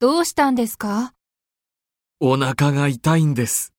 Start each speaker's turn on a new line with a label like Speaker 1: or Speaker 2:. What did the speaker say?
Speaker 1: どうしたんですか
Speaker 2: お腹が痛いんです。